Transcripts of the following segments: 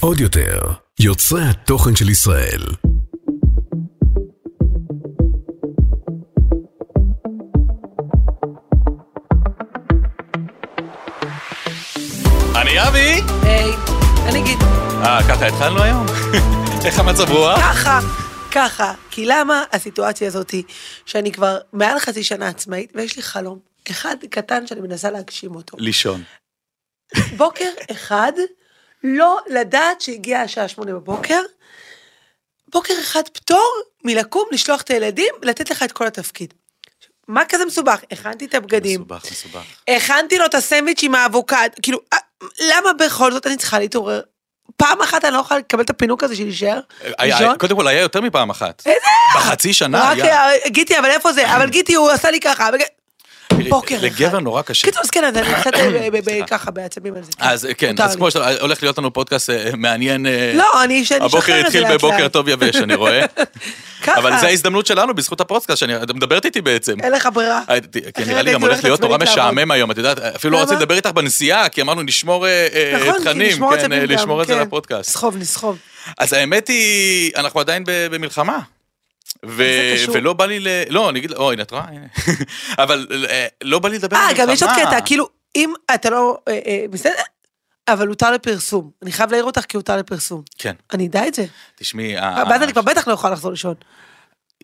עוד יותר, יוצרי התוכן של ישראל. אני אבי! היי, אני אגיד אה, ככה התחלנו היום? איך המצב רוח? ככה, ככה, כי למה הסיטואציה הזאת היא שאני כבר מעל חצי שנה עצמאית ויש לי חלום אחד קטן שאני מנסה להגשים אותו. לישון. בוקר אחד, לא לדעת שהגיעה השעה שמונה בבוקר, בוקר אחד פטור מלקום, לשלוח את הילדים, לתת לך את כל התפקיד. מה כזה מסובך? הכנתי את הבגדים, מסובך, מסובך. הכנתי לו את הסנדוויץ' עם האבוקד, כאילו, אה, למה בכל זאת אני צריכה להתעורר? פעם אחת אני לא יכולה לקבל את הפינוק הזה של להישאר? היה- לישון? אה, קודם כל, היה יותר מפעם אחת. איזה? בחצי שנה רק היה. אה, גיטי, אבל איפה זה? אבל גיטי, הוא עשה לי ככה. וג- בוקר אחד. לגבר נורא קשה. קיצור, אז כן, אז אני קצת אה, ב- ב- סליחה. ככה בעצבים על זה. אז כן, מותר אז לי. כמו שאתה, הולך להיות לנו פודקאסט אה, מעניין. אה, לא, אני שאני הבוקר אשחרר את זה התחיל לאט לאט. בבוקר טוב יבש, אני רואה. ככה. אבל זו ההזדמנות שלנו בזכות הפודקאסט, שאני- את מדברת איתי בעצם. אין לך ברירה. אה, ת- כן, נראה לי הייתי גם הולך הולכת להיות נורא עצבנית לעבוד. משעמם היום, את יודעת, אפילו לא למה? רציתי לדבר איתך בנסיעה, כי אמרנו נשמור אה, אה, נכון, כי תכנים, נשמור כן, עצבים אה, גם, לשמור את זה כן. לפודקאסט. נסחוב, נסחוב. אז האמת היא, אנחנו עדיין ב- במלחמה. ו... איך זה קשור? ולא בא לי ל... לא, אני אגיד, לה- אוי, הנה, את רואה? הנה. אבל אה, לא בא לי לדבר על אה, מלחמה. גם יש עוד קטע, כאילו, אם אתה לא... אה, אה, בסדר, אבל הותר לפרסום. אני חייב להעיר אותך כי הותר לפרסום. כן, אה, אני אדע את זה. תשמעי, ה- ואז אני כבר בטח לא יכולה לחזור לישון.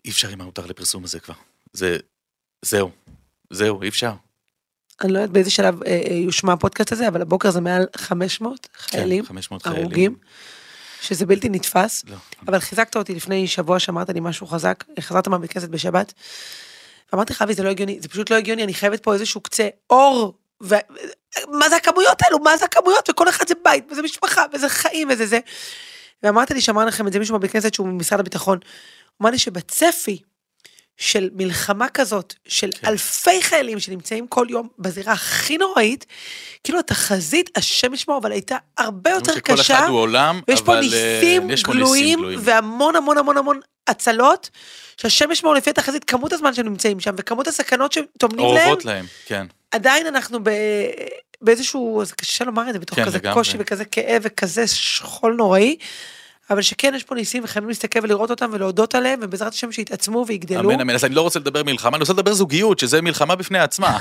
אי אפשר עם ההותר לפרסום הזה כבר. זה... זהו. זהו, אי אפשר. כן, אני לא יודעת באיזה שלב אה, אה, יושמע הפודקאסט הזה, אבל הבוקר זה מעל 500 כן, חיילים, 500 חיילים. הרוגים, שזה בלתי נתפס. לא. אבל חיזקת אותי לפני שבוע שאמרת לי משהו חזק, חזרת מהמקלסת בשבת, ואמרתי לך, אבי, זה לא הגיוני, זה פשוט לא הגיוני, אני חייבת פה איזשהו קצה אור, ו... מה זה הכמויות האלו, מה זה הכמויות, וכל אחד זה בית, וזה משפחה, וזה חיים, וזה זה. ואמרת לי, שאמר לכם את זה מישהו מהמקלסת שהוא ממשרד הביטחון, אמר לי שבצפי של מלחמה כזאת, של כן. כן. אלפי חיילים שנמצאים כל יום בזירה הכי נוראית, כאילו התחזית, השם ישמור, אבל הייתה הרבה יותר שכל קשה. אחד הוא עולם, ויש פה אבל, אה, ניסים יש פה ניסים גלויים, והמון המון המון המון הצלות, שהשם ישמור לפי התחזית, כמות הזמן שהם נמצאים שם, וכמות הסכנות שהם טומנים להם, אורבות להם, כן. עדיין אנחנו ב... באיזשהו, זה קשה לומר את זה, בתוך כן, כזה לגמרי. קושי וכזה כאב וכזה שכול נוראי, אבל שכן יש פה ניסים וחייבים להסתכל ולראות אותם ולהודות עליהם, ובעזרת השם שיתעצמו ויגדלו. אמן, אמן. אז אני לא רוצה לדבר מלחמה, אני רוצה לדבר זוגיות, שזה מלחמה בפני עצמה.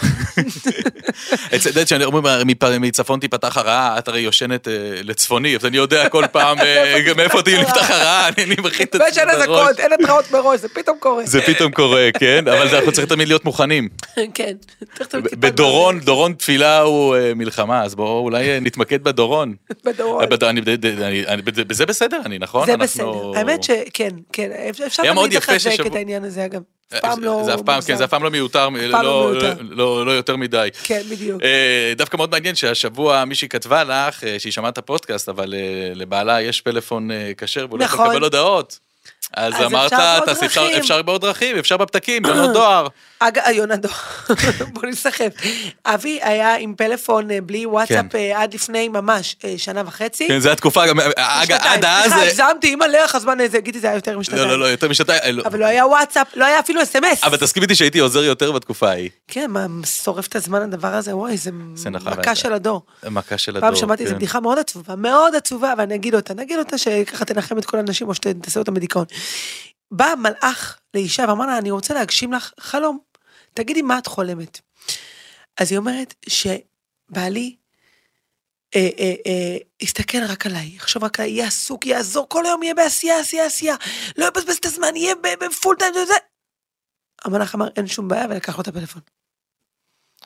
את יודעת שאני אומר, "מפ- מצפון תיפתח הרעה, את הרי יושנת אה, לצפוני, אז אני יודע כל פעם אה, גם איפה תהיי נפתח הרעה, אני- אני מכין את ואין עצמי בראש. אזעקות, אין התראות מראש, זה פתאום קורה. זה פתאום קורה, כן? אבל זה- אנחנו צריכים תמיד להיות מוכנים. כן. צריך תמיד טיפה- בדורון, דורון תפילה הוא אה, מלחמה, אז בואו אולי אה, נתמקד בדורון. בדורון. בד- אני- בד- אני- אני- בזה- בזה בסדר אני, נכון? זה אנחנו- אה, בסדר. האמת שכן, כן, אפשר- אפשר היה מאוד תמיד יפה לחזק ששבוע- את העניין הזה, אגב. אף אה, פעם זה- לא... זה אף פעם, כן, מוגזם. זה אף פעם לא מיותר, פעם לא- לא מיותר. לא- לא יותר מדי. כן, בדיוק. אה, דווקא מאוד מעניין שהשבוע מישהי כתבה לך, אה, שהיא שמעה את הפודקאסט, אבל אה, לבעלה יש פלאפון אה, כשר והוא לא יכול נכון. לקבל הודעות. אז אז אמרת, אפשר בעוד "אז אפשר- דרכים." אפשר בעוד דרכים, אפשר בפתקים, בנות דואר. אגב, אה, יונה דור, בוא נסחף. אבי היה עם פלאפון אה, בלי וואטסאפ אה, עד לפני ממש אה, שנה וחצי. כן, זו התקופה, גם, אה, אגב, שנתיים. עד אז... סליחה, אה, הגזמתי, אימא'לה, איך הזמן הזה, גידי, זה היה יותר משנתיים. לא, לא, לא, יותר משנתיים. אה, לא. אבל לא היה וואטסאפ, לא היה אפילו אס.אם.אס. אבל תסכים איתי שהייתי עוזר יותר בתקופה ההיא. כן, מה, שורף את הזמן הדבר הזה, וואי, זה זה נכון, אבל- מכה של הדור. מכה של הדור. פעם שמעתי איזו כן. בדיחה מאוד עצובה, מאוד עצובה, ואני אגיד אותה, נגיד אותה שככה תנחם את כל הנשים או שתעשה אותם בדיכאון. בא מלאך לאישה ואמר לה, אני רוצה להגשים לך חלום, תגידי מה את חולמת. אז היא אומרת שבעלי אה, אה, אה, יסתכל רק עליי, יחשוב רק עליי, יהיה עסוק, יעזור, כל היום יהיה בעשייה, עשייה, עשייה, לא יבזבז את הזמן, יהיה ב- בפול טיים, זה- זה. המלאך אמר, אין שום בעיה, ולקח לו את הפלאפון.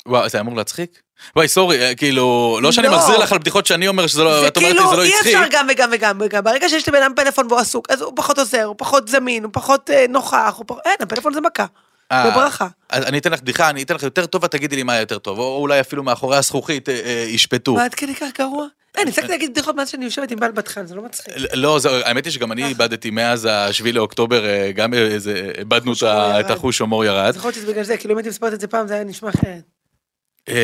וואו, זה אמור להצחיק? וואי, סורי, אה, כאילו, לא שאני לא. מחזיר לך על בדיחות שאני אומר שזה לא, זה את אומרת לי זה לא כאילו, אי הצחיק. אפשר גם וגם וגם וגם. ברגע שיש לבן אדם פלאפון והוא עסוק, אז הוא פחות עוזר, הוא פחות זמין, הוא פחות אה, נוכח, הוא פחות... אין, הפלאפון זה מכה. אה, בברכה. אז אני אתן לך בדיחה, אני אתן לך יותר טוב, את תגידי לי מה היה יותר טוב, או אולי אפילו מאחורי הזכוכית אה, אה, ישפטו. מה, עד כדי כך גרוע? אין, הפסקתי להגיד בדיחות מאז שאני יושבת עם בעל בת חן, זה לא מצחיק. לא, זה- האמת היא שגם אה. אני איבדתי מאז השביעי לאוקטובר, אה, גם איזה- איבדנו את הומור ה- ירד. את החוש הומור ירד. אז יכול להיות שזה בגלל זה, כאילו אם הייתי מספרת את זה פעם, זה היה נשמע אחרת. אה,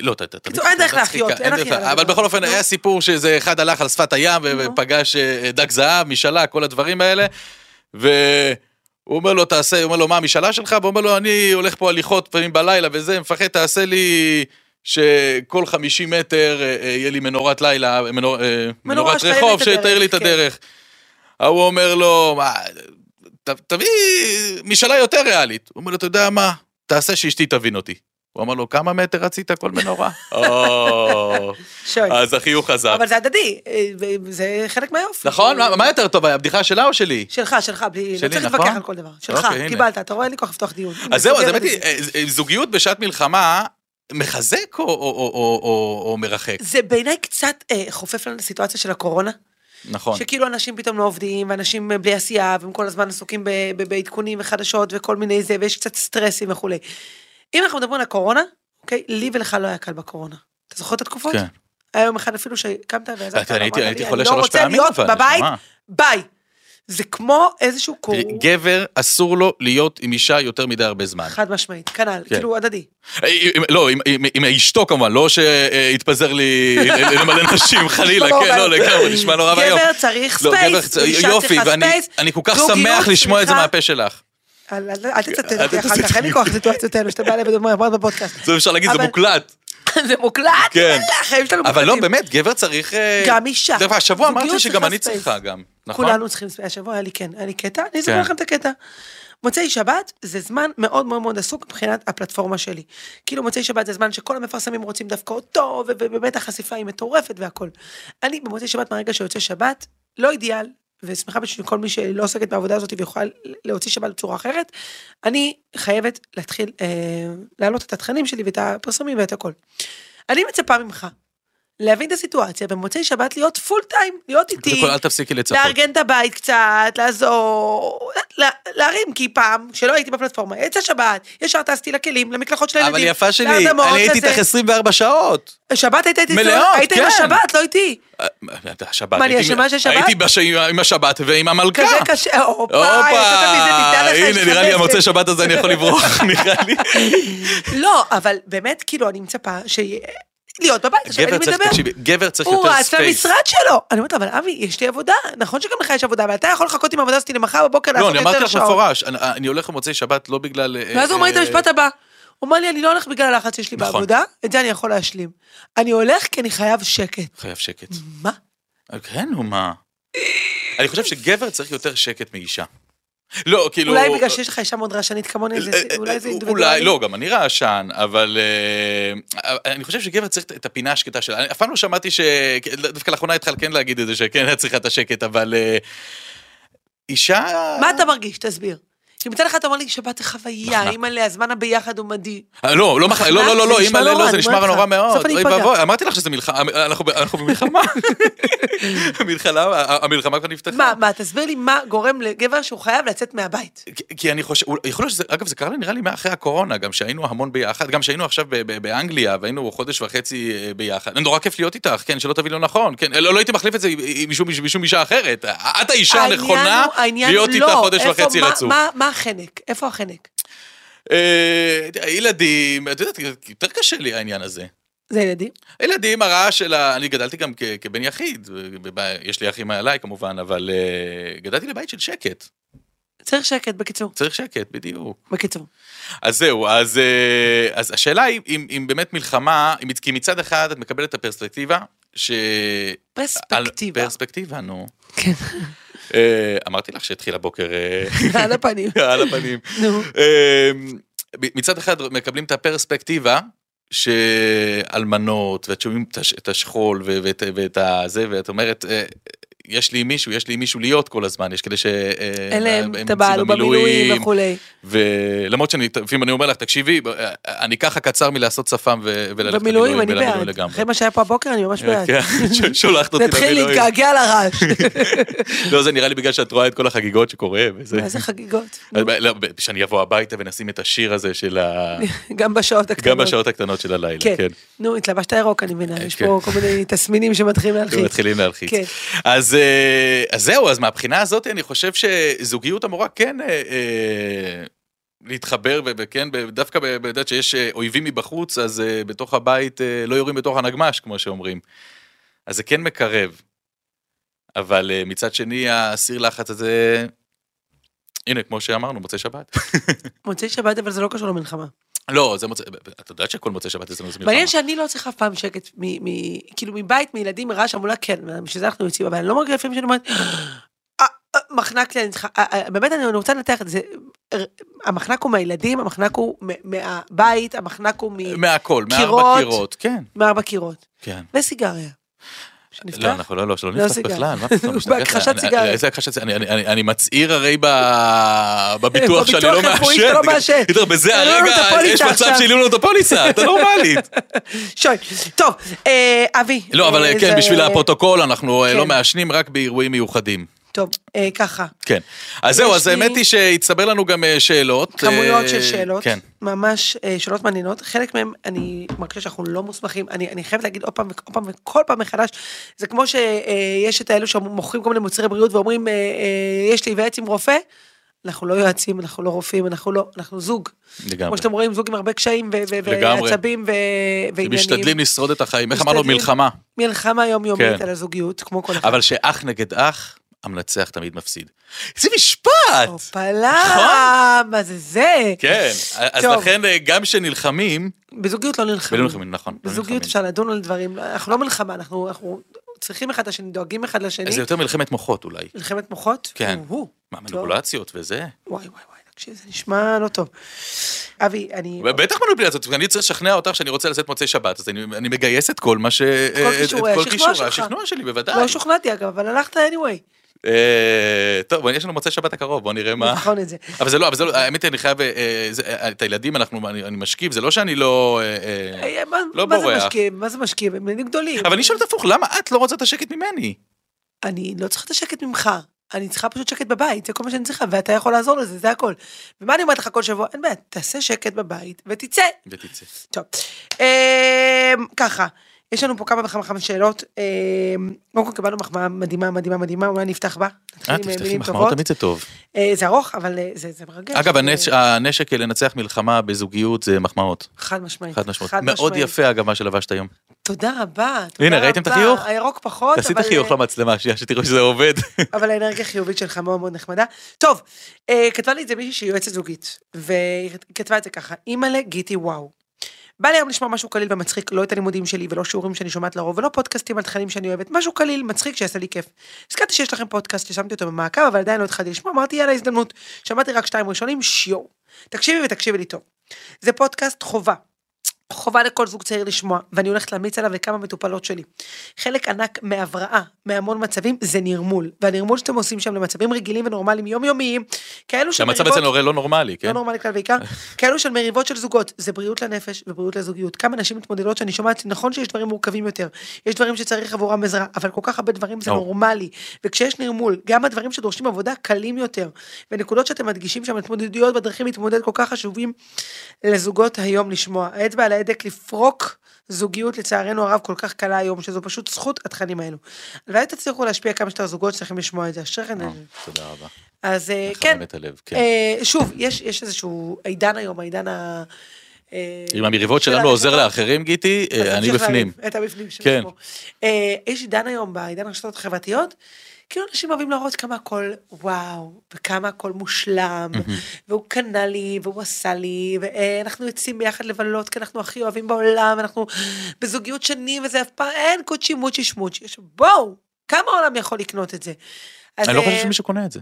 לא, אתה... אתה- קיצור, אין אתה דרך מצחיקה, להחיות, אין דרך החייאה לה- אבל לדבר. בכל אופן, נו. היה סיפור שאיזה אחד הלך על שפת הים ו- נו. ופגש אה, דג זהב, משאלה, כל הדברים האלה, והוא אומר לו, תעשה, הוא אומר לו, מה המשאלה שלך? והוא אומר לו, אני הולך פה הליכות פעמים בלילה וזה, מפחד, תעשה לי שכל 50 מטר אה, אה, יהיה לי מנורת לילה, אה, מנור, אה, מנורת שתאיר לי רחוב את הדרך, שתאיר לי את כן. הדרך. ההוא אומר לו, מה, ת, תביא משאלה יותר ריאלית. הוא אומר לו, אתה יודע מה, תעשה שאשתי תבין אותי. הוא אמר לו, כמה מטר רצית כל מנורה? או, שוי. אז החיוך חזר. אבל זה הדדי, אה, ו- זה חלק מהיופי. נכון? כאילו. מה- מה יותר טוב, הבדיחה שלה או שלי? שלך, שלך, בלי... שלי, לא צריך נכון? להתווכח על כל דבר. שלך, אוקיי, הנה. קיבלת, אתה רואה? אין לי כוח לפתוח דיון. הנה, אז זהו, אז סוגרת האמת את היא, זה. אה, זוגיות בשעת מלחמה מחזק או- או- או- או או- או מרחק? זה בעיניי קצת אה, חופף לנו לסיטואציה של הקורונה, נכון. שכאילו אנשים פתאום לא עובדים, ואנשים אה, בלי עשייה, והם כל הזמן עסוקים ב- ב- בעדכונים וחדשות וכל מיני זה, ויש קצת סטרסים וכולי. אם אנחנו מדברים על הקורונה, אוקיי? לי ולך לא היה קל בקורונה. אתה זוכר את התקופות? כן. היה יום אחד אפילו שקמת ועזרת, אני הייתי- אמרת לי, הייתי "אני חולה לא שלוש רוצה פעמים, להיות אבל, בבית, נשמה. ביי. זה כמו איזשהו קור... תראי, גבר אסור לו להיות עם אישה יותר מדי הרבה זמן. חד משמעית, כנ"ל, כן. כאילו הדדי. אה, עם- לא, עם- עם- עם אשתו כמובן, לא שהתפזר לי ל- למלא נשים, חלילה, נורא כן, לא ואיום. לגמרי, נשמע נורא ואיום. גבר צריך לא, גבר ספייס, צריך- אישה יופי, צריכה ואני ספייס. אני כל כך זוגיות שמח לשמוע את זה צריכה- מהפה שלך. אל אל- אל תצטט כן, אל אותי אחר תצטט. כך, אין לי כוח לסיטואציות האלו שאתה בא אליי ואומר, בוא בפודקאסט. זה אפשר להגיד, זה אבל- מוקלט. זה מוקלט, כן. יאללה, החיים שלנו אבל לא, מוקלטים. באמת, גבר צריך... אה, גם אישה. דרך אגב, השבוע אמרתי זוגיות שגם צריכה אני ספייס. צריכה גם, נכון? כולנו צריכים ספייס, השבוע היה לי כן, היה לי קטע, אני כן. אספר לכם את הקטע. מוצאי שבת זה זמן מאוד מאוד מאוד עסוק מבחינת הפלטפורמה שלי. כאילו מוצאי שבת זה זמן שכל המפרסמים רוצים דווקא אותו, ו- ובאמת החשיפה היא מטורפת והכל. אני במוצאי שבת, מהרגע שיוצא שבת, לא אידיאל, ושמחה בשביל כל מי שלא עוסקת בעבודה הזאת ויכולה להוציא שבת בצורה אחרת, אני חייבת להתחיל אה, להעלות את התכנים שלי ואת הפרסומים ואת הכל. אני מצפה ממך להבין את הסיטואציה, במוצאי שבת להיות פול טיים, להיות איתי. קודם כל, אל תפסיקי לצפות. לארגן את הבית קצת, לעזור, לה- להרים, כי פעם, שלא הייתי בפלטפורמה, יצא שבת, ישר טסתי לכלים, למקלחות של הילדים. אבל יפה שלי, להרדמות, אני הייתי לזה. איתך 24 שבת. שבת היית איתי, מלאות, היית כן. עם השבת, לא איתי. אה, השבת. מה, אני הייתי- אשמה של שבת? הייתי בש- עם השבת ועם המלכה. כזה קשה, הופה, כן. הופה, יצאת מזה, תדע לך, יש הנה, נראה לי חמש. המוצא שבת הזה אני יכול לברוח, נראה לי. לא, אבל באמת, כאילו, אני מצפה שיהיה... להיות בבית, עכשיו אין לי גבר צריך, מדבר. תקשיבי, גבר צריך הוא יותר רץ ספייס. למשרד שלו. אני אומרת, אבל אבי, יש לי עבודה. נכון שגם לך יש עבודה, אבל אתה יכול לחכות עם העבודה הזאת למחר בבוקר לא, לעשות אני יותר שעות. אמרתי לך מפורש, אני- אני הולך למוצאי שבת לא בגלל... אה, ואז הוא אומר לי את אה, המשפט הבא. הוא אמר לי, אני לא הולך בגלל הלחץ שיש לי נכון. בעבודה, את זה אני יכול להשלים. אני הולך כי אני חייב שקט. חייב שקט. מה? כן, נו, מה? אני חושב שגבר צריך יותר שקט מאישה. לא, כאילו... אולי בגלל שיש לך אישה מאוד רעשנית כמוני, זה- אה, אה, אולי זה אינדיבידואלי. אולי, לא, גם אני רעשן, אבל אה, אני חושב שגבר צריך את הפינה השקטה שלה. אני אף פעם לא שמעתי ש... דווקא לאחרונה התחלת כן להגיד את זה, שכן, את צריכה את השקט, אבל... אה, אישה... מה אתה מרגיש? תסביר. כי מצד אחד אתה אומר לי, שבת זה חוויה, נחנק. אימא'לה, הזמן הביחד הוא מדהים. אה, לא, לא, מח- לא, לא, לא, זה לא, אימא, נשמע לא, לא, נורא, זה אני נשמע אומרת נורא לך. מאוד. בסוף אני אוי אפגע. ואבוי, אמרתי לך שזה מלחמה, אנחנו ב- אנחנו במלחמה. המלחמה- המלחמה כבר נפתחה. מה, מה, תסביר לי מה גורם לגבר שהוא חייב לצאת מהבית. כי- כי אני חושב, אולי- יכול להיות שזה, אגב, זה קרה לי נראה לי מאחרי הקורונה, גם שהיינו המון ביחד, גם שהיינו עכשיו ב- ב- באנגליה, והיינו חודש וחצי אה, ביחד. נורא כיף להיות איתך, כן, שלא תביא לא נכון, כן, לא לא הייתי מחליף את זה עם- עם משום- משום אישה אחרת. את האישה העניין הנכונה הוא- העניין להיות לא. איתה חודש איפה- וחצי מה- רצוף. מה- מה החנק? איפה החנק? אה, ילדים, את יודעת, יותר קשה לי העניין הזה. זה ילדים? ילדים, הרעה של ה... אני גדלתי גם כ- כבן יחיד, בב- יש לי אחים עליי כמובן, אבל אה, גדלתי לבית של שקט. צריך שקט, בקיצור. צריך שקט, בדיוק. בקיצור. אז זהו, אז, אה, אז השאלה היא אם, אם באמת מלחמה, אם, כי מצד אחד את מקבלת את הפרספקטיבה, ש... פרספקטיבה. על, פרספקטיבה, נו. כן. אה, אמרתי לך שהתחיל הבוקר אה, על הפנים. על הפנים. נו. אה, מצד אחד מקבלים את הפרספקטיבה שאלמנות, ואת שומעים את הש- את השכול ו- ואת, ואת הזה, ואת אומרת, אה, יש לי מישהו, יש לי מישהו להיות כל הזמן, יש כאלה ש... אה, אין הם להם את יוצאים הבעל או במילואים וכולי. ולמרות שאני, לפעמים אני אומר לך, תקשיבי, אה, אני ככה קצר מלעשות שפם ו- וללכת במילואים, אני וללכת בעד. לגמרי. אחרי מה שהיה פה הבוקר, אני ממש בעד. כן, ש- שולחת אותי נתחיל להתגעגע לרעש. לא, זה נראה לי בגלל שאת רואה את כל החגיגות שקורה, וזה... איזה חגיגות. אז ב- לא, ב- שאני אבוא הביתה ונשים את השיר הזה של ה... גם בשעות גם הקטנות. בשעות הקטנות של הלילה, כן. כן. נו, התלבשת ירוק, אני מבינה. אה, יש כן. פה כל מיני תסמינים שמתחילים כאילו, להלחיץ. מתחילים להלחיץ. כן. אז אה, אז זהו, אז מהבחינה הזאת אני חושב שזוגיות אמורה כן אה, אה, להתחבר, ו- וכן, ב- דווקא ב- בדעת שיש אה, אויבים מבחוץ, אז אה, בתוך הבית אה, לא יורים בתוך הנגמש, כמו שאומרים. אז זה כן מקרב. אבל אה, מצד שני, הסיר לחץ הזה... הנה, כמו שאמרנו, מוצאי שבת. מוצאי שבת, אבל זה לא קשור למלחמה. לא, זה מוצא, את יודעת שכל מוצאי שבת אצלנו זה מלחמה. מעניין שאני לא צריכה אף פעם שקט, מ- מ- כאילו מבית, מילדים, מרעש, אמרו לה כן, בשביל זה אנחנו יוצאים, אבל אני לא מרגישה לפעמים שאני אומרת, "אה, אה, מחנק לי, אני צריכה, אה, אה", באמת אני רוצה לנתח את זה, אה, המחנק הוא מהילדים, המחנק הוא מ- מהבית, המחנק הוא מ- מהכל, מארבע קירות. קירות, כן, מארבע קירות, כן. וסיגריה. לא, שנפתח? אנחנו לא, לא, שלא לא נפתח סיגריה. בכלל, מה פתאום, משתגעת? בהכחשת אני- אני- סיגריה. איזה הכחשת סיגריה, אני- אני- אני מצהיר הרי ב- בביטוח שאני בביטוח לא הרפואי מעשן. שאתה לא מעשן. תראה, בזה העלו לנו את הרגע, הפוליסה יש מצב עכשיו. שהעלו לנו את הפוליסה, אתה לא נורמלית. שוי. טוב, אה, אבי. לא, אבל אה, כן, זה- בשביל הפרוטוקול, אנחנו אה, לא כן. מעשנים רק באירועים מיוחדים. טוב, אה, ככה. כן. אז זהו, יש אז לי- האמת היא שהצטבר לנו גם אה, שאלות. כמויות של אה, שאלות, כן. ממש אה, שאלות מעניינות, חלק מהם אני מרגישה שאנחנו לא מוסמכים, אני, אני חייבת להגיד עוד פעם ועוד פעם וכל פעם מחדש, זה כמו שיש את האלו שמוכרים כל מיני מוצרי בריאות ואומרים, אה, אה, יש להיוועץ עם רופא, אנחנו לא יועצים, אנחנו לא רופאים, אנחנו לא, אנחנו זוג. כמו לגמרי. שאתם רואים, זוג עם הרבה קשיים ו- ו- לגמרי. ועצבים ו- ועניינים. משתדלים לשרוד את החיים, איך אמרנו? משתדלים. מלחמה. מלחמה יומיומית כן. על הזוגיות, כמו כל אחד. אבל שאח נגד אח, המנצח תמיד מפסיד. איזה משפט! הופלה, מה זה זה? נכון. כן, אז טוב. לכן אה, גם כשנלחמים, בזוגיות לא נלחמים. ולא נלחמים, נכון. לא בזוגיות נלחמים. אפשר לדון על דברים, אנחנו לא מלחמה, אנחנו, אנחנו צריכים אחד לשני, דואגים אחד לשני. זה יותר מלחמת מוחות אולי. מלחמת מוחות? כן. הוא. מה, מניפולציות וזה? וואי וואי וואי, תקשיב, זה נשמע לא טוב. אבי, אני... בטח מניפולציות, אני צריך לשכנע אותך שאני רוצה לצאת מוצאי שבת, אז אני אני מגייס את כל מה ש... את כישורי השכנוע כישורי שלך. השכנוע שלי, בוודאי. לא שוכנעתי אגב, אבל הלכת anyway. אה, טוב, יש לנו מוצאי שבת הקרוב, בוא נראה מה... נבחן את זה. אבל זה לא, אבל זה לא, האמת היא, אני חייב, אה, זה- אה, את הילדים אנחנו, אני אני משכיב, זה לא שאני לא... אה, אה, אה, מה- לא מה זה בורח. משקיעים? מה זה משקיעים? הם ילדים גדולים. אבל אני שואל את הפוך, למה את לא רוצה את השקט ממני? אני לא צריכה את השקט ממך. אני צריכה פשוט שקט בבית, זה כל מה שאני צריכה, ואתה יכול לעזור לזה, זה הכל. ומה אני אומרת לך כל שבוע? אין בעיה, תעשה שקט בבית ותצא. ותצא. אה, טוב, אמ, ככה, יש לנו פה כמה וכמה וכמה שאלות. אמ, קודם כל קיבלנו מחמאה מדהימה, מדהימה, מדהימה, אולי נפתח בה. נתחיל אה, עם, אה, תפתחי מילים מחמאות, טובות. תמיד זה טוב. אה, זה ארוך, אבל אה, זה זה מרגש. אגב, אה, הנש- הנשק לנצח מלחמה בזוגיות זה מחמאות. חד משמעית. חד משמעית. מאוד יפה, אגב, מה שלבשת היום. תודה רבה, תודה הנה, ראיתם את רבה. החיוך? הירוק פחות, תעשי את אבל, החיוך אה, למצלמה, שנייה, שתראו שזה עובד. אבל האנרגיה החיובית שלך מאוד מאוד נחמדה. טוב, אה, כתבה לי את זה מישהי שהיא יועצת זוגית, והיא כתבה את זה ככה, אימא'לה גיטי וואו. בא לי היום לשמוע משהו קליל ומצחיק, לא את הלימודים שלי ולא שיעורים שאני שומעת לרוב ולא פודקאסטים על תכנים שאני אוהבת, משהו קליל, מצחיק, שיעשה לי כיף. הזכרתי שיש לכם פודקאסט ששמתי אותו במעקב, אבל עדיין לא התחלתי לשמוע, אמרתי יאללה הזדמנות. שמעתי רק שתיים ראשונים, שיו. תקשיבי ותקשיבי לי טוב. זה פודקאסט חובה. חובה לכל זוג צעיר לשמוע, ואני הולכת להמליץ עליו לכמה מטופלות שלי. חלק ענק מהבראה, מהמון מצבים, זה נרמול. והנרמול שאתם עושים שם למצבים רגילים ונורמליים יומיומיים, כאלו שהמצב שמריבות- אצלנו הרי לא נורמלי, כן, לא כן? נורמלי כלל ועיקר, כאלו של מריבות של זוגות, זה בריאות לנפש ובריאות לזוגיות. כמה נשים מתמודדות שאני שומעת, נכון שיש דברים מורכבים יותר, יש דברים שצריך עבורם עזרה, אבל כל כך הרבה דברים זה או. נורמלי, וכשיש נרמול, גם הדברים שדורשים עבודה קלים יותר, ונקודות שאתם מדגישים שם, התמודדויות בדרכים להתמודד כל כך חשובים לזוגות היום לשמוע. האצבע על ההדק לפרוק. זוגיות לצערנו הרב כל כך קלה היום, שזו פשוט זכות התכנים האלו. הלוואי תצליחו להשפיע כמה שיותר זוגות שצריכים לשמוע את זה, אשריכם. אה, תודה רבה. אז אה, כן, מחמם את הלב, כן. אה, שוב, יש, יש איזשהו עידן היום, העידן ה... אה, אם המריבות של שלנו הרשתות, עוזר לאחרים, גיטי, אז אה, אני תמשיך בפנים. להעיף. אתה בפנים, שם כן. שמו. אה, יש עידן היום, בעידן הרשתות החברתיות, כאילו אנשים אוהבים להראות כמה הכל וואו, וכמה הכל מושלם, והוא קנה לי, והוא עשה לי, ואנחנו יוצאים ביחד לבלות, כי אנחנו הכי אוהבים בעולם, אנחנו בזוגיות שנים, וזה אף פעם, אין קודשי מוצ'י שמוצ'י. עכשיו, בואו, כמה העולם יכול לקנות את זה? אז, אני לא חושב אה, שמישהו קונה את זה.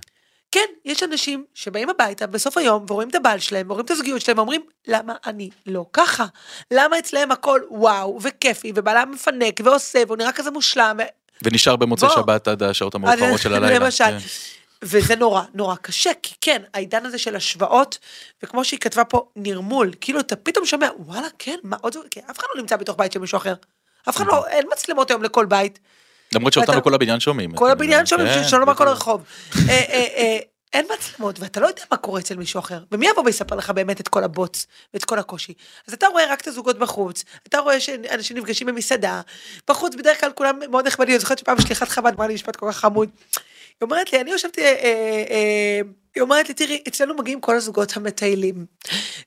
כן, יש אנשים שבאים הביתה בסוף היום ורואים את הבעל שלהם, ורואים את הזוגיות שלהם, ואומרים, למה אני לא ככה? למה אצלהם הכל וואו, וכיפי, ובעלה מפנק, ועושה, והוא נראה כזה מושלם, ו... ונשאר במוצאי בוא. שבת עד השעות המאוחרות של הלילה. למשל. כן. וזה נורא, נורא קשה, כי כן, העידן הזה של השוואות, וכמו שהיא כתבה פה, נרמול, כאילו אתה פתאום שומע, וואלה, כן, מה עוד זה, כן, אף אחד לא נמצא בתוך בית של מישהו אחר. אף אחד לא, אין מצלמות היום לכל בית. למרות שאותנו ואתה- כל הבניין שומעים. כל הבניין שם, כן, שלא לומר כל בדיוק. הרחוב. אה, אה, אה, אין מצלמות, ואתה לא יודע מה קורה אצל מישהו אחר. ומי יבוא ויספר לך באמת את כל הבוץ ואת כל הקושי? אז אתה רואה רק את הזוגות בחוץ, אתה רואה שאנשים נפגשים במסעדה, בחוץ בדרך כלל כולם מאוד נחמדים, אני זוכרת שפעם שליחת חב"ד אמרה לי משפט כל כך חמוד. היא אומרת לי, אני יושבתי, אה, אה, אה, היא אומרת לי, תראי, אצלנו מגיעים כל הזוגות המטיילים.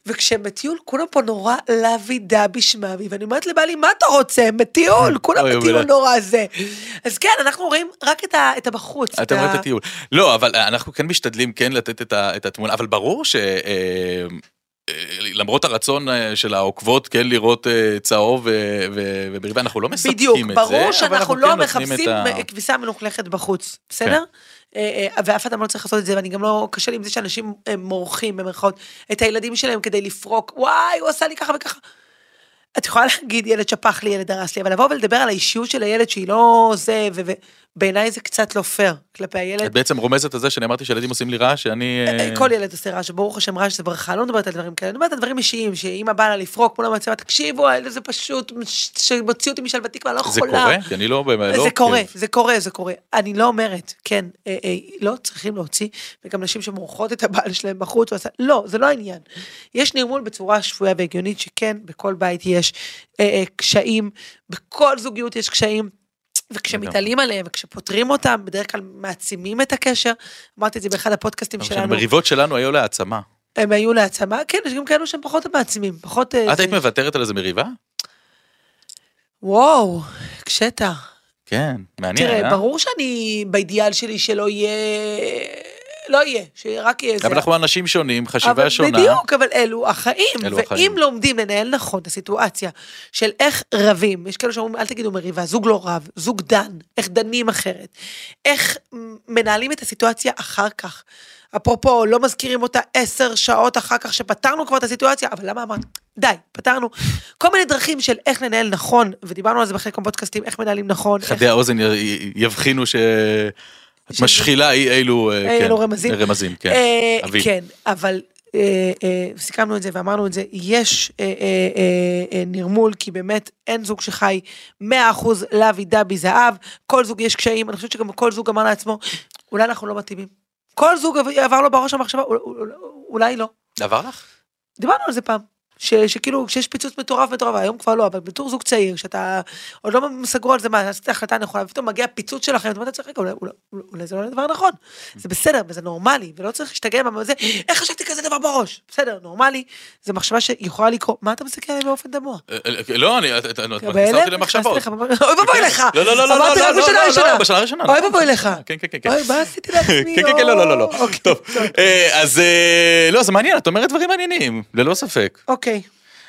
וכשהם בטיול, כולם פה נורא לוי דבי שמבי, ואני אומרת לבעלי, מה אתה רוצה? הם בטיול, כולם אוי, בטיול אוי. נורא זה. אז כן, אנחנו רואים רק את, ה, את הבחוץ. אתה רואה את ה- הטיול. לא, אבל אנחנו כן משתדלים כן לתת את ה- את התמונה, אבל ברור ש... אה, למרות הרצון אה, של העוקבות כן לראות אה, צהוב אה, ו- ובריבה, אנחנו לא מספקים בדיוק, את זה. אבל ברור שאנחנו אנחנו לא כן נותנים מחפשים את ה- כן. כביסה מלוכלכת בחוץ, בסדר? אה, אה, ואף אדם לא צריך לעשות את זה, ואני גם לא, קשה לי עם זה שאנשים אה, מורחים, במרכאות, את הילדים שלהם כדי לפרוק, וואי, הוא עשה לי ככה וככה. את יכולה להגיד, ילד שפך לי, ילד הרס לי, אבל לבוא ולדבר על האישיות של הילד שהיא לא זה, ובעיניי זה קצת לא פייר כלפי את הילד. בעצם רומזת על זה שאני אמרתי שילדים עושים לי רע, שאני... אה, אה, כל ילד עושה רעש, ברוך השם רעש זה ברכה, לא מדברת על דברים כאלה, אני מדברת על דברים אישיים, שאמא באה לה לפרוק מול המצבה, תקשיבו, הילד הזה פשוט, ש- שמוציא אותי משלוותי כבר לא זה יכולה. קורה? כי אני לא... לא זה קורה, עוקב. זה קורה, זה קורה. אני לא אומרת, כן, אה, אה, לא צריכים להוציא, וגם נשים שמורחות את הבעל שלהם בחוץ, הוא עשה- לא, זה לא העניין. יש נרמול בצורה שפויה והגיונית, שכן, בכל בית יש אה, אה, קשיים, בכל זוגיות יש קשיים. וכשמתעלים עליהם, וכשפותרים אותם, בדרך כלל מעצימים את הקשר. אמרתי את זה באחד הפודקאסטים אבל שלנו, המריבות שלנו היו להעצמה. הם היו להעצמה. כן, יש גם כאלו שהם פחות מעצימים, פחות... אה, את זה- היית מוותרת על איזה מריבה? וואו, הקשית. כן, מעניין, אה? תראה, ברור שאני, באידיאל שלי שלא יהיה, לא יהיה, שרק יהיה זה. אבל אנחנו אנשים שונים, אבל חשיבה שונה. בדיוק, אבל אלו החיים. אלו ואם החיים. לומדים לנהל נכון את הסיטואציה של איך רבים, יש כאלה שאומרים, אל תגידו מריבה, זוג לא רב, זוג דן, איך דנים אחרת, איך מנהלים את הסיטואציה אחר כך. אפרופו, לא מזכירים אותה עשר שעות אחר כך שפתרנו כבר את הסיטואציה, אבל למה אמרת, די, פתרנו. כל מיני דרכים של איך לנהל נכון, ודיברנו על זה בחלק מהפודקאסטים, איך מנהלים נכון, איך חדי האוזן י- י- יבחינו ש... את שזה- משחילה אי אלו, אה, אי כן, אלו רמזים. רמזים, כן. אה, אבי. כן, אבל אה, אה, סיכמנו את זה ואמרנו את זה, יש אה, אה, אה, אה, נרמול, כי באמת אין זוג שחי 100% לוי דבי זהב, כל זוג יש קשיים, אני חושבת שגם כל זוג אמר לעצמו, אולי אנחנו לא מתאימים. כל זוג עבר לו בראש המחשבה, "אול- אול- אולי לא. עבר לך? דיברנו על זה פעם. ש, שכאילו, כשיש פיצוץ מטורף מטורף, היום כבר לא, אבל בתור זוג צעיר, שאתה עוד לא סגרו על זה, מה, עשית החלטה נכונה, ופתאום מגיע פיצוץ שלכם, אתה אומר לעצמך, רגע, אולי, אולי, אולי זה לא הדבר הנכון. Mm. זה בסדר, וזה נורמלי, ולא צריך להשתגע עם זה, איך חשבתי כזה דבר בראש? בסדר, נורמלי, זו מחשבה שיכולה לקרות, מה אתה מסתכל עליי באופן דמוע? אה, אה, לא, אני... את- את- את מכניסה בהלם, אותי למחשבות. נכנסתי לך, אוי ואבוי לך! לא, לא, לא, לא, אמרתי לא, רק לא, בשנה לא, לא, הראשונה. לא, בשנה הראשונה. אוי ואבוי לך. כן, כן, כן, כן. אוי, מה עשיתי לעצמי? כן, כן, כן, לא, לא, לא, לא. אוקיי, טוב, אה, אז אה, לא, זה מעניין, את אומרת דברים מעניינים, ללא ספק. אוקיי,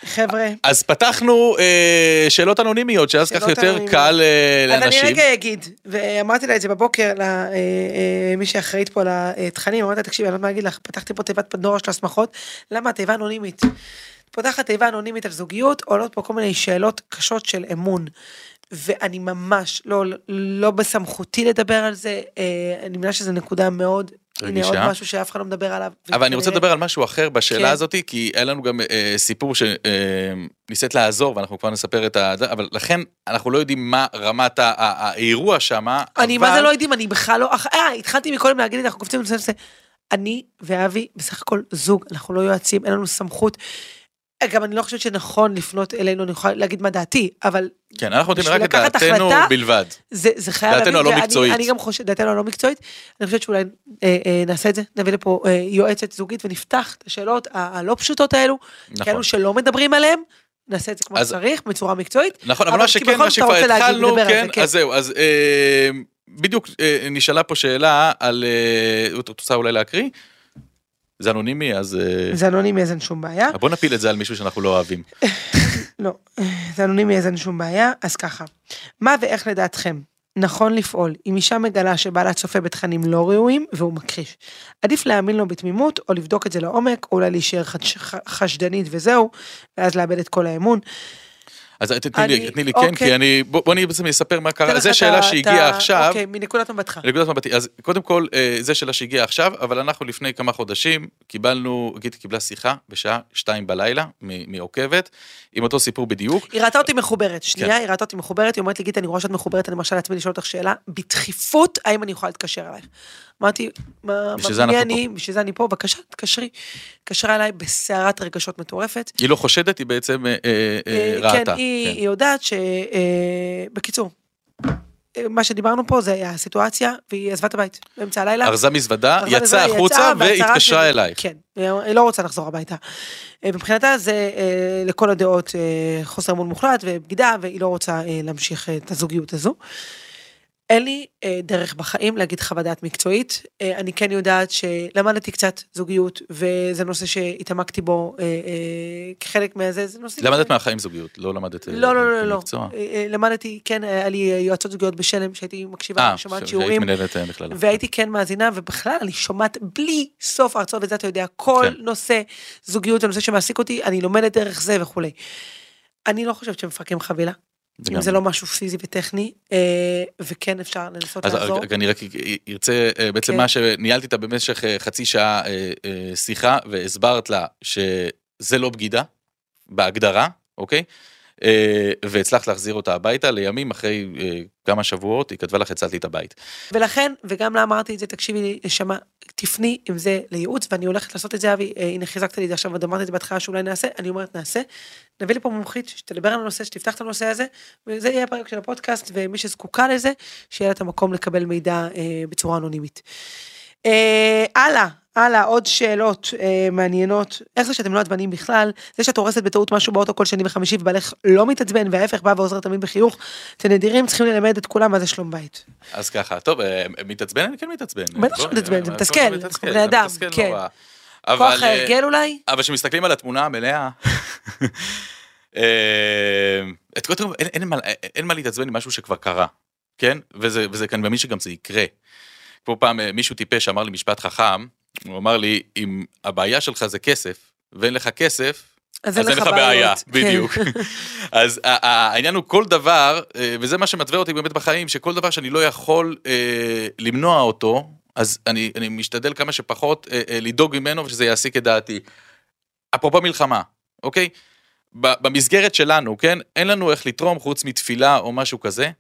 חבר'ה. אז פתחנו אה, שאלות אנונימיות, שאז כך שאלות יותר אנונימיות. קל אה, אז אני לאנשים. רגע אגיד, ואמרתי לה את זה בבוקר, למי שאחראית פה על התכנים, אמרתי לה, תקשיבי, אני לא יודעת מה להגיד לך, פתחתי פה תיבת פנדורה של הסמכות, למה התיבה אנונימית? פותחת תיבה אנונימית על זוגיות, עולות פה כל מיני שאלות קשות של אמון. ואני ממש לא, לא בסמכותי לדבר על זה, אה, אני מבינה שזו נקודה מאוד, הנה רגישה. עוד משהו שאף אחד לא מדבר עליו. אבל אני רוצה וכנראה- לדבר על משהו אחר בשאלה כן. הזאת, כי היה לנו גם אה, סיפור שניסית לעזור, ואנחנו כבר נספר את ה... זה, אבל לכן, אנחנו לא יודעים מה רמת ה- ה- האירוע שם, אני, אבל- מה זה לא יודעים, אני בכלל לא... אח- אה, התחלתי מקודם להגיד לי, אנחנו קופצים לנושא לנושא. אני ואבי בסך הכל זוג, אנחנו לא יועצים, אין לנו סמכות. גם אני לא חושבת שנכון לפנות אלינו, אני יכולה להגיד מה דעתי, אבל כן, אנחנו נותנים בשביל רק את לקחת דעתנו החלטה- בלבד. זה, זה חייב דעתנו להבין, הלא ואני- מקצועית. אני גם חושבת, דעתנו הלא מקצועית, אני חושבת שאולי אה, אה, נעשה את זה, נביא לפה אה, יועצת זוגית ונפתח את השאלות ה- הלא פשוטות האלו, נכון. כאלו שלא מדברים עליהן, נעשה את זה כמו אז- שצריך, בצורה מקצועית. נכון, אבל אבל מה שכן, בכל מה זאת אתה שכבר רוצה להגיד, התחלנו, לדבר על זה, כן, כן. אז זהו, אז אה, בדיוק אה, נשאלה פה שאלה על... אה, את רוצה אולי להקריא? זה אנונימי, אז... אה, זה אנונימי, אז אין שום בעיה. בוא נפיל את זה על מישהו שאנחנו לא אוהבים. לא, זה אנונימי אז אין שום בעיה, אז ככה. מה ואיך לדעתכם? נכון לפעול אם אישה מגלה שבעלה צופה בתכנים לא ראויים והוא מכחיש. עדיף להאמין לו בתמימות או לבדוק את זה לעומק, או אולי להישאר חדש, ח- חשדנית וזהו, ואז לאבד את כל האמון. אז תתני לי, אני- תתני לי, כן, אוקיי. כי אני... בוא בוא אני בעצם אספר מה אתן קרה. לך זו את שאלה ה- את שהגיעה ה- עכשיו. אוקיי, מנקודת מבטך. נקודת מבטי, אז קודם כל, אה, זה שאלה שהגיעה עכשיו, אבל אנחנו לפני כמה חודשים קיבלנו, גיטי קיבלה שיחה בשעה שתיים בלילה מ- מעוקבת, עם אותו סיפור בדיוק. היא ראתה אותי מחוברת, כן. שנייה, היא ראתה אותי מחוברת, היא אומרת לי, גיטה, אני רואה שאת מחוברת, אני מרשה לעצמי לשאול אותך שאלה, בדחיפות, האם אני יכולה להתקשר אלייך? אמרתי, מה, בשביל מה- זה אנחנו מי אני, בשביל זה אני פה, בבקשה, תתקשרי. התקשרה אליי בסערת רגשות מטורפת. היא לא חושדת, היא בעצם אה, אה, אה, אה, ראתה. כן, היא, כן. היא יודעת ש... אה, בקיצור, אה, מה שדיברנו פה זה היה הסיטואציה, והיא עזבה את הבית באמצע הלילה. ארזה מזוודה, ארזה מזוודה, יצאה היא אה, החוצה והצהרה והתקשרה שלי- אלייך. כן, היא לא רוצה לחזור הביתה. אה, מבחינתה זה אה, לכל הדעות אה, חוסר אמון מוחלט ובגידה, והיא לא רוצה אה, להמשיך אה, את הזוגיות הזו. אין לי אה, דרך בחיים להגיד חוות דעת מקצועית. אה, אני כן יודעת שלמדתי קצת זוגיות, וזה נושא שהתעמקתי בו אה, אה, כחלק מהזה, זה נושא... למדת מהחיים זוגיות, לא למדת אה, לא, לא, לא, לא. מקצוע. אה, אה, למדתי, כן, היה לי אה, יועצות זוגיות בשלם, שהייתי מקשיבה, אה, שומעת שהיית לא, שיעורים. מנהלת אה, מכללה. והייתי כן מאזינה, ובכלל, אני שומעת בלי סוף הרצאות, וזה אתה יודע, כל כן. כן. נושא זוגיות, הנושא שמעסיק אותי, אני לומדת דרך זה וכולי. אני לא חושבת שמפרקים חבילה, אם גם- זה לא משהו פיזי וטכני, אה, וכן אפשר לנסות אז אה, לעזור. רק- אני רק ארצה, אה, בעצם כן. מה שניהלתי איתה במשך אה, חצי שעה אה, אה, שיחה, והסברת לה שזה לא בגידה, בהגדרה, אוקיי? אה, והצלחת להחזיר אותה הביתה לימים, אחרי אה, כמה שבועות, היא כתבה לך, הצלתי את הבית. ולכן, וגם לה אמרתי את זה, תקשיבי לי, נשמה, תפני עם זה לייעוץ, ואני הולכת לעשות את זה, אבי, אה, הנה חיזקת לי את זה עכשיו, עוד אמרת את זה בהתחלה שאולי נעשה, אני אומרת נעשה. נביא לי פה מומחית שתדבר על הנושא, שתפתח את הנושא הזה, וזה יהיה הפרק של הפודקאסט, ומי שזקוקה לזה, שיהיה לה את המקום לקבל מידע אה, בצורה אנונימית. אה, הלאה, הלאה, עוד שאלות אה, מעניינות. איך זה שאתם לא עצבנים בכלל? זה שאת הורסת בטעות משהו באוטו כל שני וחמישי ובעלך לא מתעצבן, וההפך בא ועוזר תמיד בחיוך. אתם נדירים, צריכים ללמד את כולם מה זה שלום בית. אז ככה, טוב, אה, מתעצבן? אני כן מתעצבן. בטח בוא, שמתעצבן, זה אה, מתסכל, זה אנחנו מתסכל, בני זה אדם, מתסכל כן. נורא. כוח אבל, אה, ההרגל אולי? אבל כשמסתכלים על התמונה המלאה, אה, את כל התמונה, אין- אין מה- אין מה להתעצבן עם משהו שכבר קרה, כן? וזה וזה כאן מאמין שגם זה יקרה. כמו פעם אה, מישהו טיפש אמר לי משפט חכם, הוא אמר לי, אם הבעיה שלך זה כסף, ואין לך כסף, אז אז אין לך בעיה, בעיות. כן. בדיוק. אז ה- ה- העניין הוא כל דבר, אה, וזה מה שמתווה אותי באמת בחיים, שכל דבר שאני לא יכול אה, למנוע אותו, אז אני, אני משתדל כמה שפחות אה, אה, לדאוג ממנו ושזה יעסיק את דעתי. אפרופו מלחמה, אוקיי? ב- במסגרת שלנו, כן? אין לנו איך לתרום חוץ מתפילה או משהו כזה.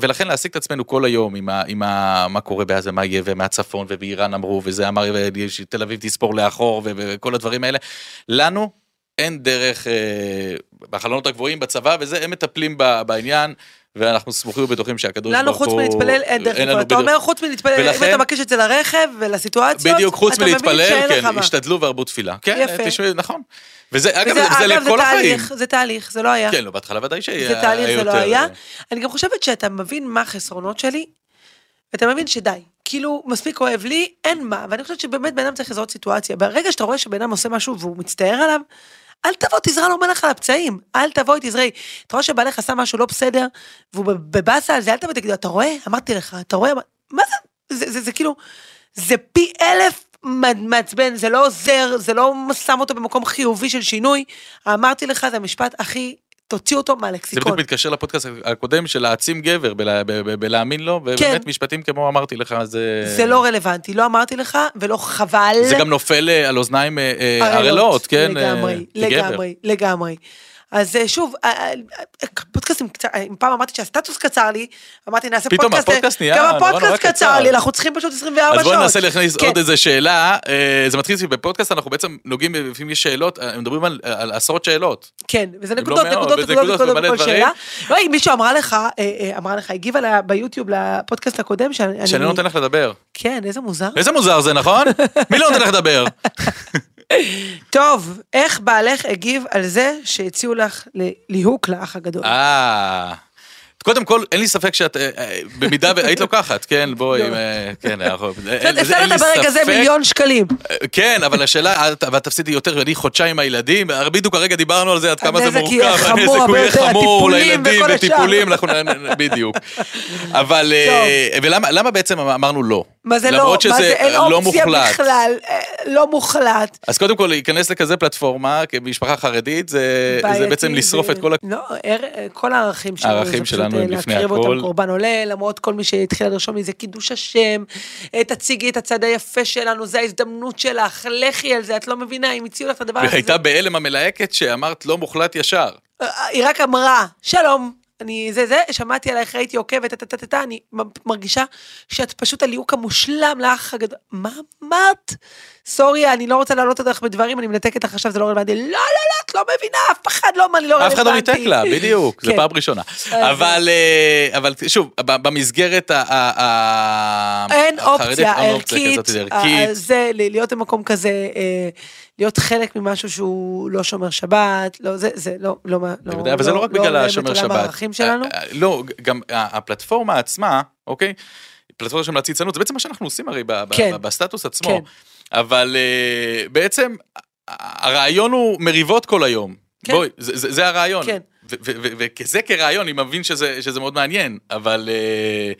ולכן להעסיק את עצמנו כל היום עם, ה, עם ה, מה קורה בעזה, מה יהיה, ומהצפון, ובאיראן אמרו, וזה אמר, ותל אביב תספור לאחור, ו- וכל הדברים האלה. לנו אין דרך, אה, בחלונות הגבוהים, בצבא, וזה, הם מטפלים ב, בעניין, ואנחנו סמוכים ובטוחים שהקדוש ברוך הוא... לנו חוץ מלהתפלל אין דרך לפעול. לנו אתה בדיוק- אומר חוץ מלהתפלל, אם ולכן- אתה מקיש את זה לרכב ולסיטואציות, בדיוק, חוץ אתה מבין מלהתפלל, שאין לך כן, מה. השתדלו והרבו תפילה. כן, יפה. תשמעי, נכון. וזה, אגב, וזה- זה- זה אגב, לכל החיים. תהליך, זה תהליך, זה לא היה. כן, לא, בהתחלה ודאי שהיה זה תהליך, זה לא יותר, היה. אה, אני גם חושבת שאתה מבין מה החסרונות שלי, ואתה מבין שדי. כאילו, מספיק כואב לי, אין מה, ואני חושבת שבאמת בן אדם צריך לזהות סיטואציה. ברגע שאתה רואה שבן אדם עושה משהו והוא מצטער עליו, אל תבוא תזרע לו מלח על הפצעים, אל תבואי תזרעי. אתה רואה שבעלך עשה משהו לא בסדר, והוא בבאסה על זה, אל תבוא תגידו, אתה רואה? אמרתי לך, אתה רואה? מה זה? זה, זה, זה כאילו, זה פי אלף מ- מעצבן, זה לא עוזר, זה לא שם אותו במקום חיובי של שינוי. אמרתי לך, זה המשפט הכי, תוציא זה אותו בדיוק מהלקסיקון. מתקשר לפודקאסט הקודם של להעצים גבר, בלה- ב- ב- בלהאמין לו, ובאמת כן. משפטים כמו אמרתי לך, זה... זה לא רלוונטי, לא אמרתי לך, ולא חבל. זה גם נופל אה, על אוזניים אה, אה, ערלות, כן? אה, לגמרי, לגבר. לגמרי, לגמרי. אז אה, שוב, אה, אה, אה, פודקאסטים קצר, אה, אם פעם אמרתי שהסטטוס קצר לי, אמרתי נעשה פתאום פודקאסט, אה, הפודקאסט נהיה גם נורא נורא הפודקאסט קצר. קצר לי, אנחנו צריכים פשוט 24 שעות. אז בואו ננסה להכניס כן. עוד איזה שאלה, אה, זה מתחיל בפודקאסט, אנחנו בעצם נוגעים, לפעמים יש שאלות, אה, מדברים על- על עשרות שאלות. כן, וזה לא נקודות, מאוד, נקודות, וזה נקודות, נקודות נקודות ומלא בכל דברים. שאלה. לא, אם מישהו אמרה לך, אה, אה, אמרה לך, הגיבה לה ביוטיוב לפודקאסט הקודם, שאני... שאני לא נותן לך לדבר. כן, איזה מוזר. איזה מוזר זה, נכון? מי לא נותן לך לדבר? טוב, איך בעלך הגיב על זה שהציעו לך ל- ליהוק לאח הגדול? אה... קודם כל, אין לי ספק שאת, אה, אה, במידה והיית לוקחת, כן, בואי, לא. אה, כן, אנחנו- בסדר, אין- הפסדת אין לי ברגע זה ספק. מיליון שקלים. אה, כן, אבל השאלה, את- ואת תפסידי יותר, אני חודשיים עם הילדים, אה, בדיוק הרגע דיברנו על זה, עד כמה זה הנזק מורכב, יהיה חמור הוא הרבה יהיה יותר, חמור הטיפולים לילדים וכל השאר. וטיפולים, אנחנו, נ- נ- בדיוק. אבל, אה, ולמה למה בעצם אמרנו לא? מה זה לא, למרות שזה מה זה אין לא אופציה מוחלט. אה, בכלל, אה, לא מוחלט. אז קודם כל, להיכנס לכזה פלטפורמה, כמשפחה חרדית, זה, זה בעייתי, בעצם לשרוף זה- את כל ה... לא, ער- כל הערכים שלנו, הערכים זה פשוט, שלנו אה, הם לפני להקריב הכל. אותם קורבן עולה, למרות כל מי שהתחיל לרשום לי זה קידוש השם, אה, תציגי את הצד היפה שלנו, זה ההזדמנות שלך, לכי על זה, את לא מבינה, אם הציעו לך את הדבר הזה, והייתה בהלם המלהקת שאמרת לא מוחלט ישר. אה, היא רק אמרה, שלום. אני זה זה, שמעתי עלייך, ראיתי עוקבת, טה טה טה טה, אני מ- מרגישה שאת פשוט הליהוק המושלם לאח הגדול. מה אמרת? סורי, אני לא רוצה להעלות אותך בדברים, אני מנתקת לך עכשיו, זה לא רלוונטי. לא, לא, לא, את לא מבינה, אף אחד לא אמר לי, לא אף אחד לא רלוונטי." ניתק לה, בדיוק, זה כן. פעם ראשונה. אה, אבל, אה, אבל שוב, ב- במסגרת ה- ה- ה- אין החרדית, אופציה אין אופציה ערכית, כזאת, זה אה, ערכית. זה, ל- להיות במקום כזה, אה, להיות חלק ממשהו שהוא לא שומר שבת, לא, זה, זה לא, לא, מה- אני יודע, אבל זה לא רק בגלל הולם את השומר עולם שבת. הערכים שלנו. אה, אה, לא, גם ה- הפלטפורמה עצמה, אוקיי? פלטפורמה של להציצנות, זה בעצם מה שאנחנו עושים הרי ב- ב- כן. ב- בסטטוס כן. עצמו. אבל אה, בעצם ה- הרעיון הוא מריבות כל היום. כן. בואי, זה- זה זה הרעיון. כן. וכזה כרעיון, אני מבין שזה שזה מאוד מעניין, אבל אה,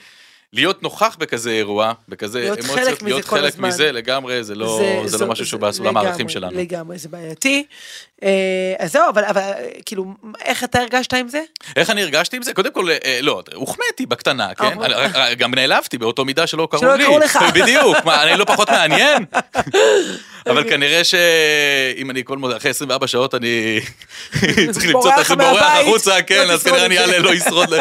להיות נוכח בכזה אירוע, בכזה להיות אמוציות, חלק מזה להיות כל חלק הזמן. מזה לגמרי, זה לא זה לא משהו שהוא זה- בסולם הערכים לגמרי, שלנו. לגמרי, זה בעייתי. אה, אז זהו, אבל, אבל אה, כאילו, איך אתה הרגשת עם זה? איך אני הרגשתי עם זה? קודם כל, אה, לא, הוחמאתי בקטנה, כן? אבל- אני- אה, גם נעלבתי באותו מידה שלא קראו אוקיי. שלא לי. קראו לך. בדיוק, מה, אני לא פחות מעניין? אבל כנראה שאם אני כל מוד... אחרי 24 שעות אני צריך למצוא את בורח עצמי בורח מהבית, החוצה, כן, לא אז כנראה תשרוד אני את זה. אעלה, לא אשרוד, ל-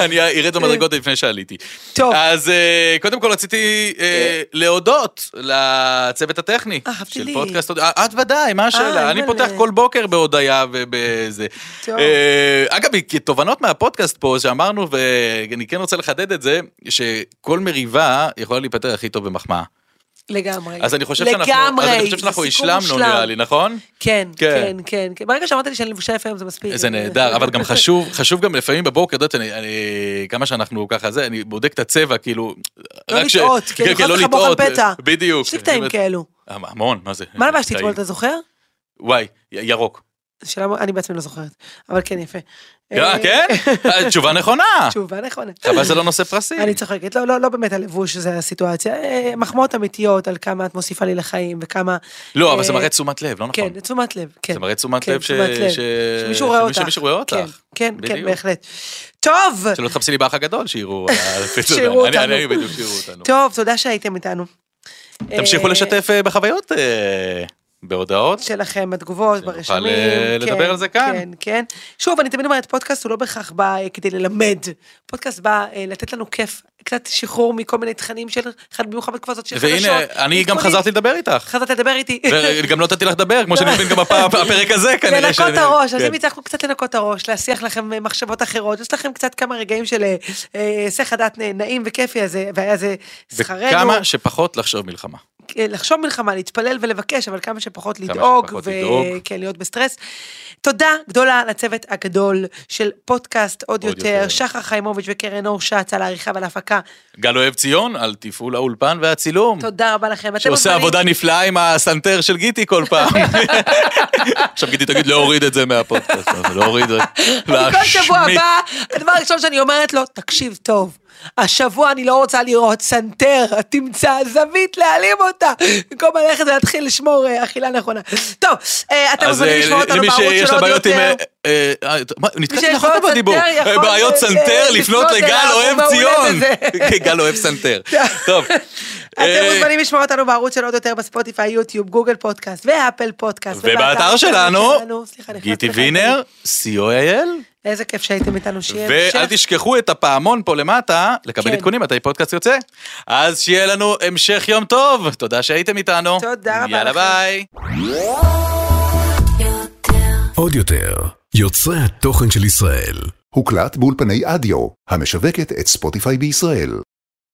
אני ארד במדרגות לפני שעליתי. טוב. אז אה, קודם כל רציתי אה, אה, להודות לצוות הטכני אה, אהבתי של לי. פודקאסט. אה, את ודאי, מה השאלה? אני אימא'לה. פותח כל בוקר בהודיה ובזה. טוב. אה, אגב, כתובנות מהפודקאסט פה שאמרנו, ואני כן רוצה לחדד את זה, שכל מריבה יכולה להיפתר הכי טוב במחמאה. לגמרי. אז אני חושב שאנחנו, לגמרי, אז אני חושב זה שאנחנו סיכום השלמנו מושלם. נראה לי, נכון? כן, כן. כן, כן, כן. ברגע שאמרת לי שאני לבושה יפה היום זה מספיק. זה נהדר, אבל גם חשוב, חשוב גם לפעמים בבוקר, את יודעת, אני, אני, כמה שאנחנו ככה זה, אני בודק את הצבע, כאילו, לא רק ש- לטעות, כי אני כן, יכולה לך לא בוחן לטעות, פתע. בדיוק. יש לי קטעים כאלו. המון, מה זה? מה לבשתי אתמול, קטעים. אתה זוכר? וואי, י- ירוק. שאלה, אני בעצמי לא זוכרת, אבל כן, יפה. אה, אה, כן? אה, תשובה נכונה. תשובה נכונה. חבל זה לא נושא פרסים. אני צוחקת, לא, לא, לא באמת הלבוש זה הסיטואציה, אה, מחמאות אמיתיות על כמה את מוסיפה לי לחיים וכמה... לא, אבל אה, זה מראה תשומת לב, לא נכון. כן, זה תשומת לב, כן. זה מראה תשומת כן, לב ש- תשומת לב. ש- שמישהו רואה אותך. שמישהו רואה אותך. כן, כן, כן, בדיוק. בהחלט. טוב, שלא תחפשי לי באח הגדול, שיראו אה, שיראו אני- אני- אותנו. אני בדיוק שיראו אותנו. טוב, תודה שהייתם איתנו. תמשיכו אה, לשתף אה, בחוויות, אה, בהודעות. שלכם, התגובות, שנוכל, ברשמים. אה, לדבר כן, על זה כאן. כן, כן. שוב, אני תמיד אומרת, פודקאסט הוא לא בהכרח בא אה, כדי ללמד. פודקאסט בא אה, לתת לנו כיף, קצת שחרור מכל מיני תכנים של, במיוחד בתקופה הזאת של חדשות. והנה, אני גם עדכונים. חזרתי לדבר איתך. חזרת לדבר איתי. וגם לא נתתי לך לדבר, כמו שאני מבין גם הפעם, הפרק הזה כנראה. לנקות שאני- את הראש, אז כן. אם הצלחנו קצת לנקות את הראש, להסיח לכם אה, מחשבות אחרות, יש לכם קצת כמה רגעים של אה, אה, היסח הדעת נ- נעים וכיפי הזה, והיה זה שכרנו, וכמה שפחות לחשוב מלחמה. אה, לחשוב מלחמה, להתפלל ולבקש, אבל כמה שפחות כמה לדאוג, שפחות לדאוג. וכן, להיות בסטרס. תודה גדולה לצוות הגדול של פודקאסט עוד עוד יותר, יותר. שחר חיימוביץ' וקרן אור שץ על העריכה ועל ההפקה. גל אוהב ציון על תפעול האולפן והצילום. תודה רבה לכם. אתם שעושה מוזמנים- עבודה נפלאה עם הסנטר של גיטי כל פעם. עכשיו גיטי תגיד להוריד את זה מהפודקאסט, אבל להוריד, אני כל שבוע להשמיט. הבא, הדבר הראשון שאני אומרת לו, תקשיב טוב, השבוע אני לא רוצה לראות סנטר, תמצא זווית להעלים אותה, במקום ללכת ולהתחיל לשמור אה, אכילה נכונה. טוב, אה, אתם אז מוזמנים לשמור אה, אותנו למי בערוץ שיש לה של עוד בעיות עם... יותר. אה, אה, אה, מה, נתקעתי שיש נכון בעיות בדיבור. סנטר, אה, יכול, בעיות אה, סנטר, אה, לפנות לפנות לגל אליו, אוהב הוא מעולה ציון. בזה. כן, גל אוהב סנטר. טוב. אתם אה, מוזמנים לשמור אותנו בערוץ של עוד יותר בספוטיפיי, יוטיוב, גוגל פודקאסט ואפל פודקאסט. ובאתר שלנו, סליחה, נכנסתי גיטי לך. וינר, co.il, איזה כיף שהייתם איתנו, שיהיה ואל תשכחו את הפעמון פה למטה, לקבל כן. עדכונים מתי פודקאסט יוצא. אז שיהיה לנו המשך יום טוב, תודה שהייתם איתנו. תודה רבה יאללה לכם. ביי. עוד יותר, יוצרי התוכן של ישראל. הוקלט באולפני אדיו, המשווקת את ספוטיפיי בישראל.